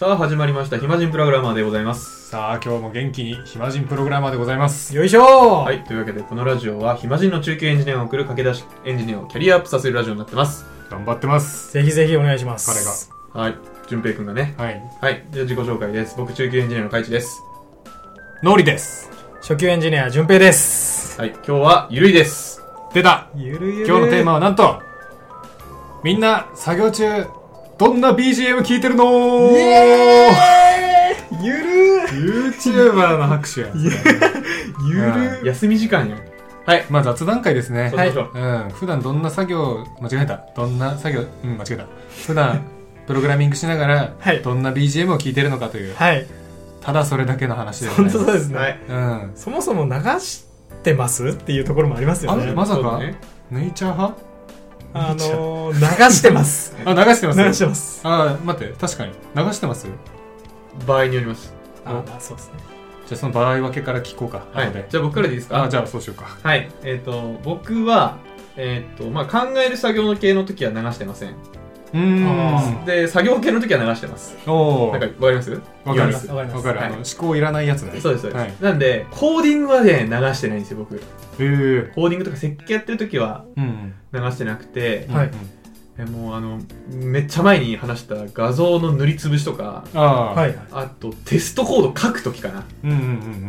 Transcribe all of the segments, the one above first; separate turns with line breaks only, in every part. さあ始まりました暇人プログラマーでございます
さあ今日も元気に暇人プログラマーでございます
よいしょー、
はいというわけでこのラジオは暇人の中継エンジニアを送る駆け出しエンジニアをキャリアアップさせるラジオになってます
頑張ってます
ぜひぜひお願いします。
彼が
はい淳平くんがね
はい
はいじゃあ自己紹介です僕中継エンジニアの海地です
ノリです
初級エンジニア、淳平です。
はい今日はゆるいです
出た
ゆるゆる
今日のテーマはなんとみんな作業中どんな BGM 聴いてるの
イエーイゆる
YouTuber の拍手や
ゆ
る
休み時間やはい
まあ雑談会ですね
そうしましょう、
うん普段どんな作業間違えたどんな作業うん間違えた普段プログラミングしながら、
はい
どんな BGM を聴いてるのかという
はい。
ただそれだけの話でございま
本当
す
そうですね、
はい
うん
そもそも流してますっていうところもありますよ
あ
ね。
まさか
そうだね
ネイチャー派
あの ー、流してます。
あ流して
流
ます
してます。
あー待って確かに流してます
場合によります
あー、そうですね。
じゃあその場合分けから聞こうか
は
後
い
で
じゃあ僕からでいいですか
あじゃあそうしようか
はいえっ、と僕はえっ、とまあ考える作業の系の時は流してません
うー
あ
ん
で作業系の時は流してます
おお
なんか
分
わ
か
かります
りま
わ
す
かりま
分
す
かる
はい
あの思考いらないやつね
そうですそうです、
はい
なんでコーディングはね流してないんですよ僕
へえ
コーディングとか設計やってる時は
うん
流してなくて、
はい
うん
えもうあのめっちゃ前に話した画像の塗りつぶしとか
ああ
はいい。
あとテストコード書く時かな
うんうんう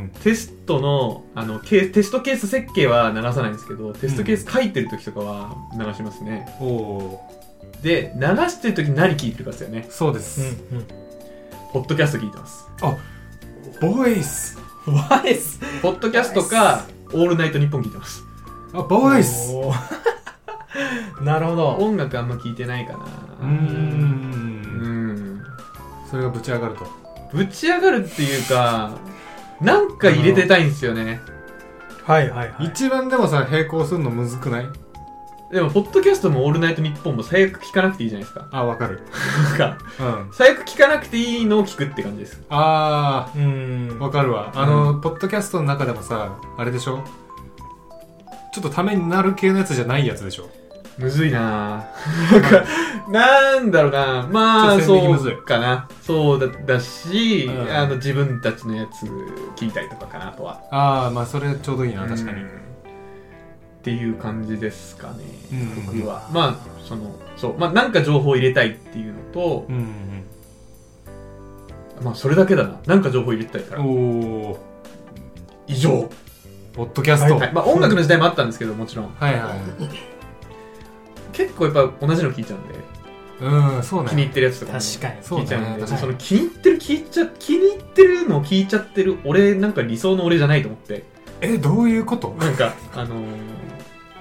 ん
テストのあのケーテストケース設計は流さないんですけどテストケース書いてる時とかは流しますね、
うんおお
で流してる時何聞いてるかですよね
そうで
う
す
んうん。
ポッドキャスト聞いてます
ボイス
ワイス
ポッドキャストかオールナイトニッポン聞いてます
あボイス
おー なるほど。
音楽あんま聞いてないか
うー
なうんん
それがぶち上がると
ぶち上がるっていうかなんか入れてたいんですよね
はいはいはい。
一番でもさ並行するのむずくない
でも、ポッドキャストもオールナイトニッポンも最悪聞かなくていいじゃないですか。
あ分かる
なんか、
うん
最悪聞かなくていいのを聞くって感じです。
あ
うー
あ
ん。
わかるわあの、ポッドキャストの中でもさあれでしょちょっとためになる系のやつじゃないやつでしょ
むずいなぁ。なんか、なんだろうなぁ。まあ、
ちょっと線
そ
引きむずいう
かな。そうだだし、
うん
あの、自分たちのやつ聞いたりとかかなとは。
ああまあそれちょうどいいな確か
う
に
んっていう感じですかね、
うん
僕は。まあ、その、そう。まあ、なんか情報を入れたいっていうのと
う、ん、
まあ、それだけだな。なんか情報を入れたいから。
おお
以上。
ポッドキャスト、
はい。まあ、音楽の時代もあったんですけど、もちろん。
はいはい
結構やっぱ同じの聞いちゃうんで、
うんそうね
気に入ってるやつとかも
確かに。
そう
聞いちゃうんで、
そうだね
その気に入ってる聞いちゃ気に入ってるのを聞いちゃってる俺なんか理想の俺じゃないと思って
えどういうこと
なんかあのー、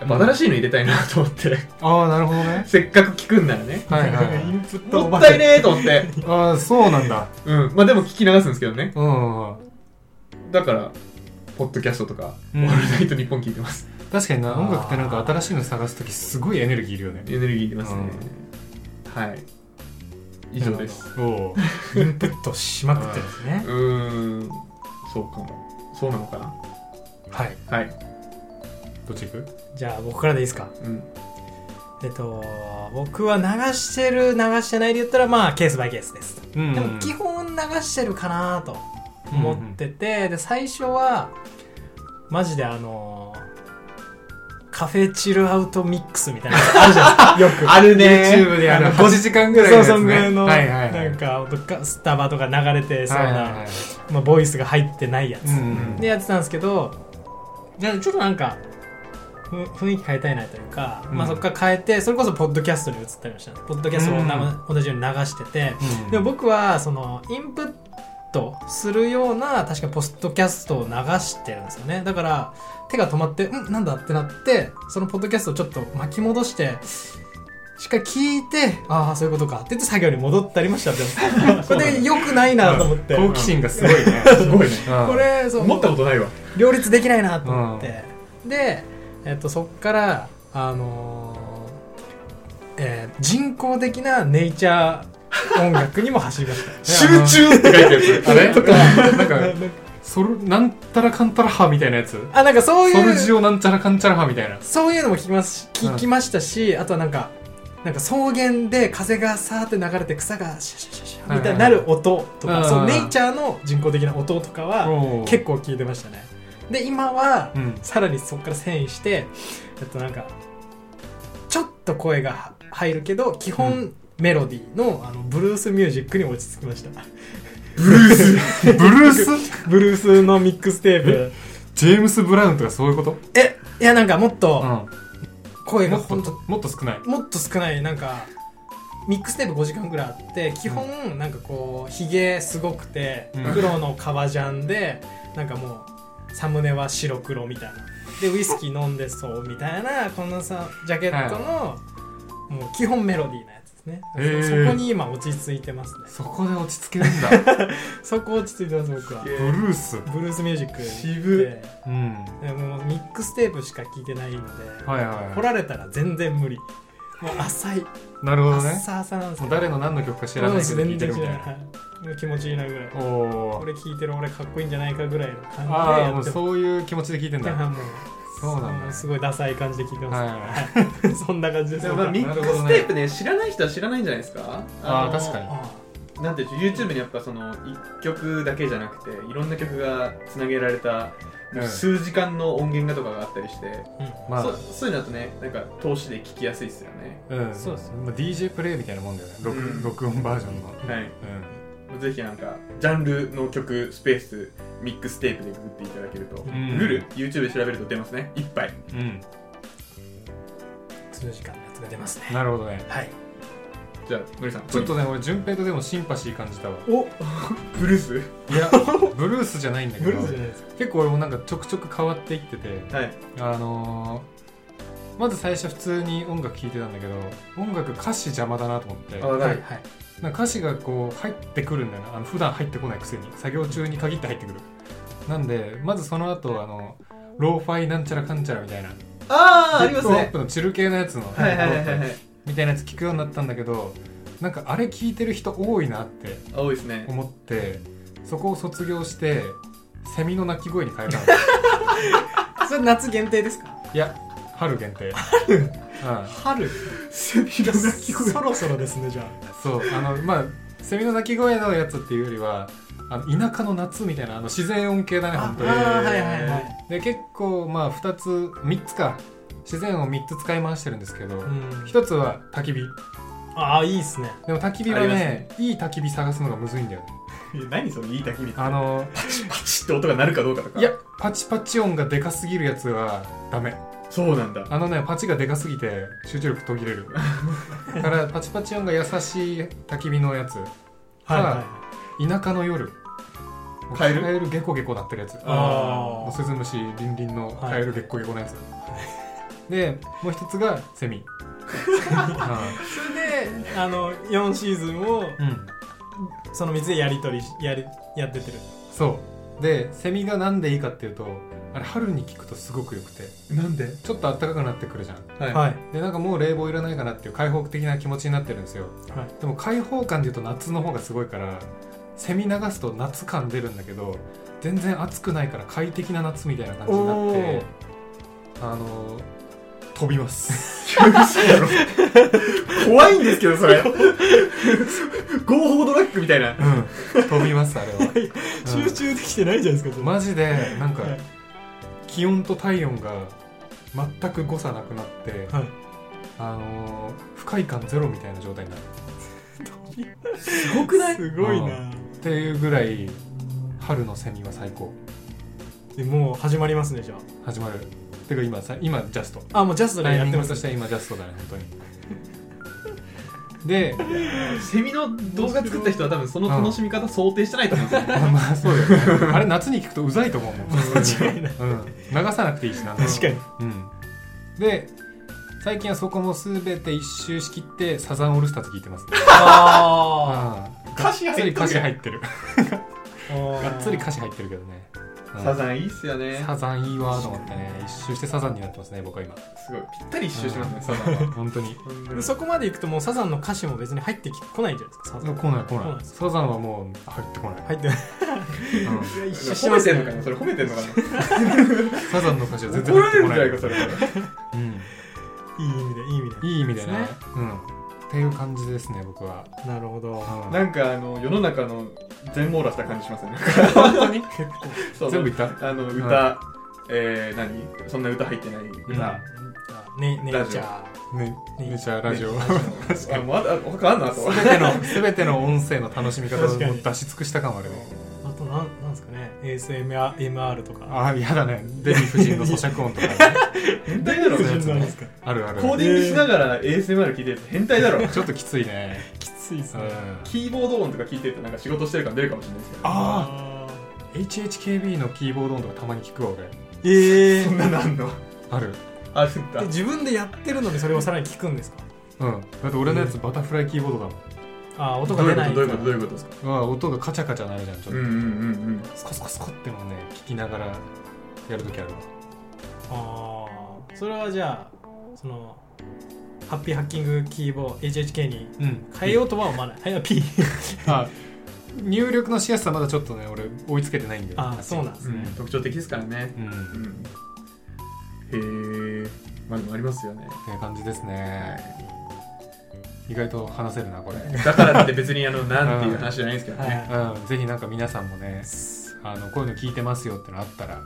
やっぱ新しいの入れたいなと思って、
ああなるほどね
せっかく聞くんなら ね
はいは
イ
い
ンプット
もったいねーと思って、
ああそうなんだ
うん、まあでも聞き流すんですけどね
うん、うん
だからポッドキャストとか、
うん
オールナイトニッポン聞いてます
確かにな
あー
音楽ってなんか新しいの探す時すごいエネルギーいるよね
エネルギーいりますね、はい以上です
おお
インプットしまくってるんですね
う。ーんそうかもそうなのかな
はい。
はい、
どっち行く
じゃあ僕からでいいですか。
うん、
えっと、僕は流してる、流してないで言ったら、まあ、ケースバイケースです。
うん
でも、基本流してるかなと思ってて、で、最初は、マジであのーカフェチルアウトミックスみた いなのあるじ ゃないですか。よく。
あるね
YouTube であの5時間ぐらいの
そ
や
う、
つ、ね、
そんぐらいの、
はいはいはい
なんか、ほんとかスタバとか流れてそう
はいはいは、
ないまあ、ボイスが入ってないやつ。
うん
でやってたんですけどじゃあちょっとなんかふ雰囲気変えたいなというか、
うん
まあ、そこから変えてそれこそポッドキャストに移ったりもしたんですポッドキャストをな、同じように流してて、
うん
でも僕はそのインプットするような確かポッドキャストを流してるんですよねだから手が止まって「うんなんだ?」ってなってそのポッドキャストをちょっと巻き戻してしっかり聞いて「ああそういうことか」って言って作業に戻ったりもしたんですよ これで良くないなと思って、
好奇心がすごい ね
すごいね
うん
これそう
思ったことないわ
両立できないなと思って、で、えっと、そっから、あのーえー人工的なネイチャー音楽にも走りまし た
集中って書いてあるやつ
あれ
と
と
か
かなんかソルなんたらかんたら派みたいなやつ
あなんかそう
ソル
い
ジ
う
オなんちゃらかんちゃら派みたいな
そういうのも聞きますし
うん
聞きましたし、あとはなんかなんか草原で風がさーって流れて草がシャシャシャシャ
はい
み
はい
た
はい
いになる音
う
と
ん
か、
うん
そのネイチャーの人工的な音とかは
おー
結構聞いてましたね。で、今は、
うん
さらにそこから遷移して、えっとなんか、ちょっと声がは入るけど、基
う
本メロディーのあのブルースミュージックに落ち着きました。
ブルースブルース
ブルースのミックステープ。
ジェームス・ブラウンとかそういうこと
え、いやなんかもっ
う
と
ん
声が
もっと
ほんと
もっと少ない
もっと少ないなんかミックステープ5時間ぐらいあって基本なんかこうひげすごくて
うん
黒の革ジャンでなんかもうサムネは白黒みたいなでウイスキー飲んでそうみたいなこのさジャケットのもう基本メロディーなやつですね
へー
そそこに今落ち着いてますね
そこで落ち着けるん だ
そこ落ち着いてます僕は
す
ブ
げ
ブ
え
ルース
ルースミュージック
渋
で
うん
でもうミックステープしか聴いてないので
はいはいはい
来られたら全然無理もう浅い
なるほどね
浅々なんです
も
け
う
ど
誰の何の曲か知らないけど聴いてるみたいな
な気持ちいいなぐらい
おお
俺聞いてる俺かっこいいんじゃないかぐらいの感じで
ああ
や
もう
っても
そういう気持ちで聴いてんだ
もう
そうなんだ
もすごいダサい感じで聞いて
は
ます、はい そんな感じです
でもまあミックステープね知らない人は知らないんじゃないですか
あー
の
確かに
なんていうの YouTube にやっぱその1曲だけじゃなくていろんな曲がつなげられた
うん
数時間の音源がとかがあったりして、
まあ
そそういうのだとねなんか通しで聴きやすいですよね
うん
そうですね
まあ DJ プレイみたいなもんだよね録
うん
録音バージョンの
はい
うん
ぜひなんかジャンルの曲スペースミックステープでググっていただけると、
ん
グル YouTube で調べると出ますねいっぱい
うん
数時間のやつが出ますね
なるほどね
はい
じゃあのりさん
ちょっとね俺順平とでもシンパシー感じたわ
お
ブルース
いや ブルースじゃないんだけ
ブ
ど
ルースじゃないですか
結構俺もなんかちょくちょく変わっていってて
はい
あのーまず最初普通に音楽聴いてたんだけど音楽歌詞邪魔だなと思って
あ
は
はいい
はい
なんか歌詞がこう入ってくるんだよなあの普段入ってこないくせに作業中に限って入ってくるなんでまずその後あのローファイなんちゃらかんちゃらみたいな
あ
ヒップホップのチル系のやつの
はいはいはいはいはい
みたいなやつ聞くようになったんだけどなんかあれ聞いてる人多いなって
多いですね
思ってそこを卒業してセミの鳴き声に 変えたの
それ夏限定ですか
いや春限定春、
春
セミの鳴き声
そろそろですねじゃあ
うん、そうあのまあセミの鳴き声のやつっていうよりはあの田舎の夏みたいなあの自然音系だね本当に
ああーはいはいはい
で結構まあ2つ3つか自然音3つ使い回してるんですけど、
うん
一1つは焚き火
ああいいっすね
でも焚き火は
あ
ね
りますね
いい焚き火探すのがむずいんだよね
いや何そのいい焚き火
あの
パチッって音が鳴るかどうかとか
いやパチパチ音がでかすぎるやつはダメ
そうなんだ
あのねパチがでかすぎて集中力途切 れるだからパチパチ音が優しい焚き火のやつ
はいはい
は田舎の夜
カエル
カエルゲコゲコ鳴ってるやつ
あー
スズムシリンリンのカエルゲコゲコのやつ、でもう一つが セミう
それであの4シーズンを
んうん
その水でやり取りしやりやってってる
そうでセミがなんでいいかっていうとあれ春に聞くとすごくよくて
なんで
ちょっと暖かくなってくるじゃん
はい、
はい
でなんかもう冷房いらないかなっていう開放的な気持ちになってるんですよ、
は
でも開放感でいうと夏の方がすごいからセミ流すと夏感出るんだけど全然暑くないから快適な夏みたいな感じになってあの飛びます
怖いんですけどそ れ合法ドラッグみたいな
うん飛びます あれは、
集中できてないじゃないですか、そ
うん
れ
マジでなんか
はい
気温と体温が全く誤差なくなって、
はい
あの不快感ゼロみたいな状態になる
すごくない
すごいな
っていうぐらい春のセミは最高
でもう始まりますねじゃ
始まるてか今さ今ジャスト
ああもうジャストで
タイ
や
ミ
っ
ン
てま
グとし
す
ては今ジャストだね本当に で
セミの動画作った人は多分その楽しみ方想定してないと思うんですよ、ね、
まあそうだよねあれ夏に聞くとうざいと思うもん
間違いない
うん、流さなくていいしな
確かに
うんで最近はそこも全て一周しきってサザンオールスターズ聞いてます
あ
あ
歌詞
がっつり歌詞入ってる
あ
がっつり歌詞
詞
入ってるけどね、うん
サザンいいっすよね
サザンいいわと思ってね一周してサザンになってますね僕は今
すごいぴったり一周してます
う
ね
んサザンは本当に
そこまでいくともうサザンの歌詞も別に入ってきこないじゃないですかサザン
来ない来
そう
な
なん
い
です
サザンはもう入ってこない、
入ってない
うん
一周し
褒
ま
め
す
て
ね
んのかなそれ褒めてん のかな
サザンの歌詞は全然
怒
入っ
ら
て
れ
こ
るん
な
じゃない
い
かそれ
うん
いい意味でいい意味で
いい意味でね
ですね
うんっていう感じですね僕は、
なるほど
うん
なんかあの世の中の全網羅した感じしますね。
本当に結
そ
構
う
全部いった
あの歌、
は
えー、何そんな歌入ってない歌。
ねネ
ラ
イ
ジ
チ
オ
ャー
ねネイチャーラジオ、
あもうあとあ他あんのあと
全ての全ての音声の楽しみ方を
確かに
出し尽くした感はあるね
あとなんなんですかね ASMR とか
ああ嫌だねデヴィ夫人の咀嚼音とかね
変態だろ
夫
それ
人
なんですか
あるある
コーディングしながら ASMR 聞いてると変態だろ
ちょっときついね
きついです
う
ね
ん
キーボード音とか聞いてるとなんか仕事してる感出るかもしれないですけど
あ
あ
HHKB のキーボード音とかたまに聞くわ俺
ーええ
そんななんの
ある
あそっか
で自分でやってるのにそれをさらに聞くんですか
うんだって俺のやつバタフライキーボードだもん
あー音
ど
が
うい
出
うこ
ない
とどういうことどういうことですか
まあ音がカチャカチャなるじゃんちょっ
うん
と、
うんうん
スコスコスコってもね聞きながらやるときあるわ
ああそれはじゃあそのハッピーハッキングキーボー HHK に
うん
変えようとは思わない、 はい、P
あ入力のしやすさまだちょっとね俺追いつけてないんだよ
あーそうなんです
うん、う
ね
ん、特徴的ですからね
うんっ
うんへえまあでもありますよね
ていう感じですね意外と話せるなこれ
だからって別にあのなんていう話じゃないですけどね、
は
うんぜひなんか皆さんもねあのこういうの聞いてますよってのあったら
い、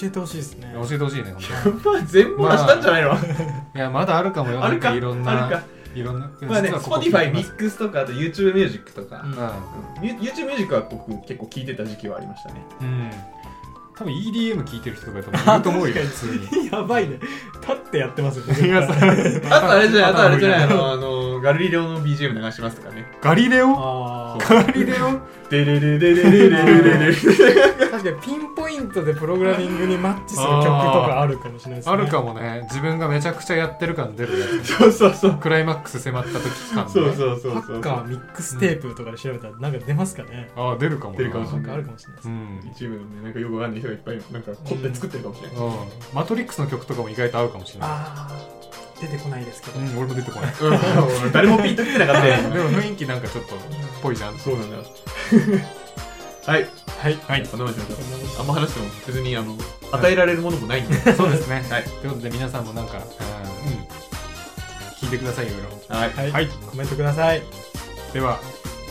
教えてほしいですね
教えてほしいねほんと
まあ 全部出したんじゃないの、
いやま だあるかもよ
あるか
なんいろん
あ
な
るか
いろんな
まあね
実はここ聞い
Spotify
て
ミ
ま
ッ
す
クスとかあと YouTube ミュージックとか、
うん
ユ YouTube ミュージックは僕結構聞いてた時期はありましたね
うん、うん、多分 EDM 聞いてる人とか多分いると思うよ普通に
やばいね立ってやってますよ
いやそれ
あとあれじゃないあとあれじゃないあ
頭
のあのガリレオの BGM 流しますとかね
ガリレオ
あ
そ
あ
ガリレオ
デレレレレレレレレレ
確かにピンポイントでプログラミングにマッチする曲とかあるかもしれないですね
あるかもね自分がめちゃくちゃやってる感出るやつ
そうそうそう
クライマックス迫った時感ね
そうそうそう
ハ
そ
ッ
う
カーミックステープとかで調べたらなんか出ますかね、
ああ出るかもな
出るかもしれ
なんかあるかもしれないです
う
ね、
ん、
一部のねなんかよくわかんない人がいっぱいなんか凝って作ってるかもしれない、
うん、マトリックスの曲とかも意外と合うかもしれな
ああ出てこないですけど、
い、うん、俺も出て こない
うん誰もピンときてなかったよ
でも雰囲気なんかちょっとっぽいじゃん
そうなんだはい
はい
はい
こんなもんにしましょうあんま話しても別にあの与えられるものもないんで
そうですね、
はい
ということで皆さんもなんか、うん、聞いてくださいいろいろ
はい
はい、
はい
コメントください
では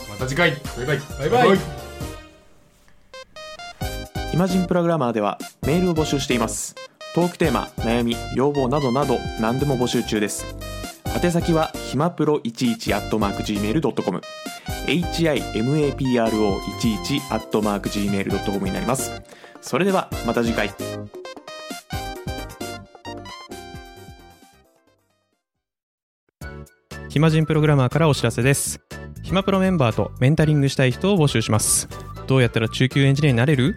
また次回
バイバイ
バイバイ
イマジンプログラマーではメールを募集していますトークテーマ悩み要望などなど何でも募集中です宛先はひまプロ11 at mark gmail.com himapro11 at mark gmail.com になりますそれではまた次回
暇人プログラマーからお知らせです暇プロメンバーとメンタリングしたい人を募集しますどうやったら中級エンジニアになれる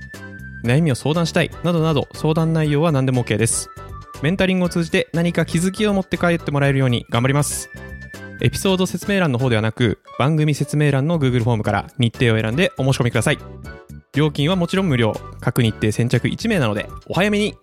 悩みを相談したいなどなど相談内容は何でも OK ですメンタリングを通じて何か気づきを持って帰ってもらえるように頑張りますエピソード説明欄の方ではなく番組説明欄の Google フォームから日程を選んでお申し込みください料金はもちろん無料各日程先着1名なのでお早めに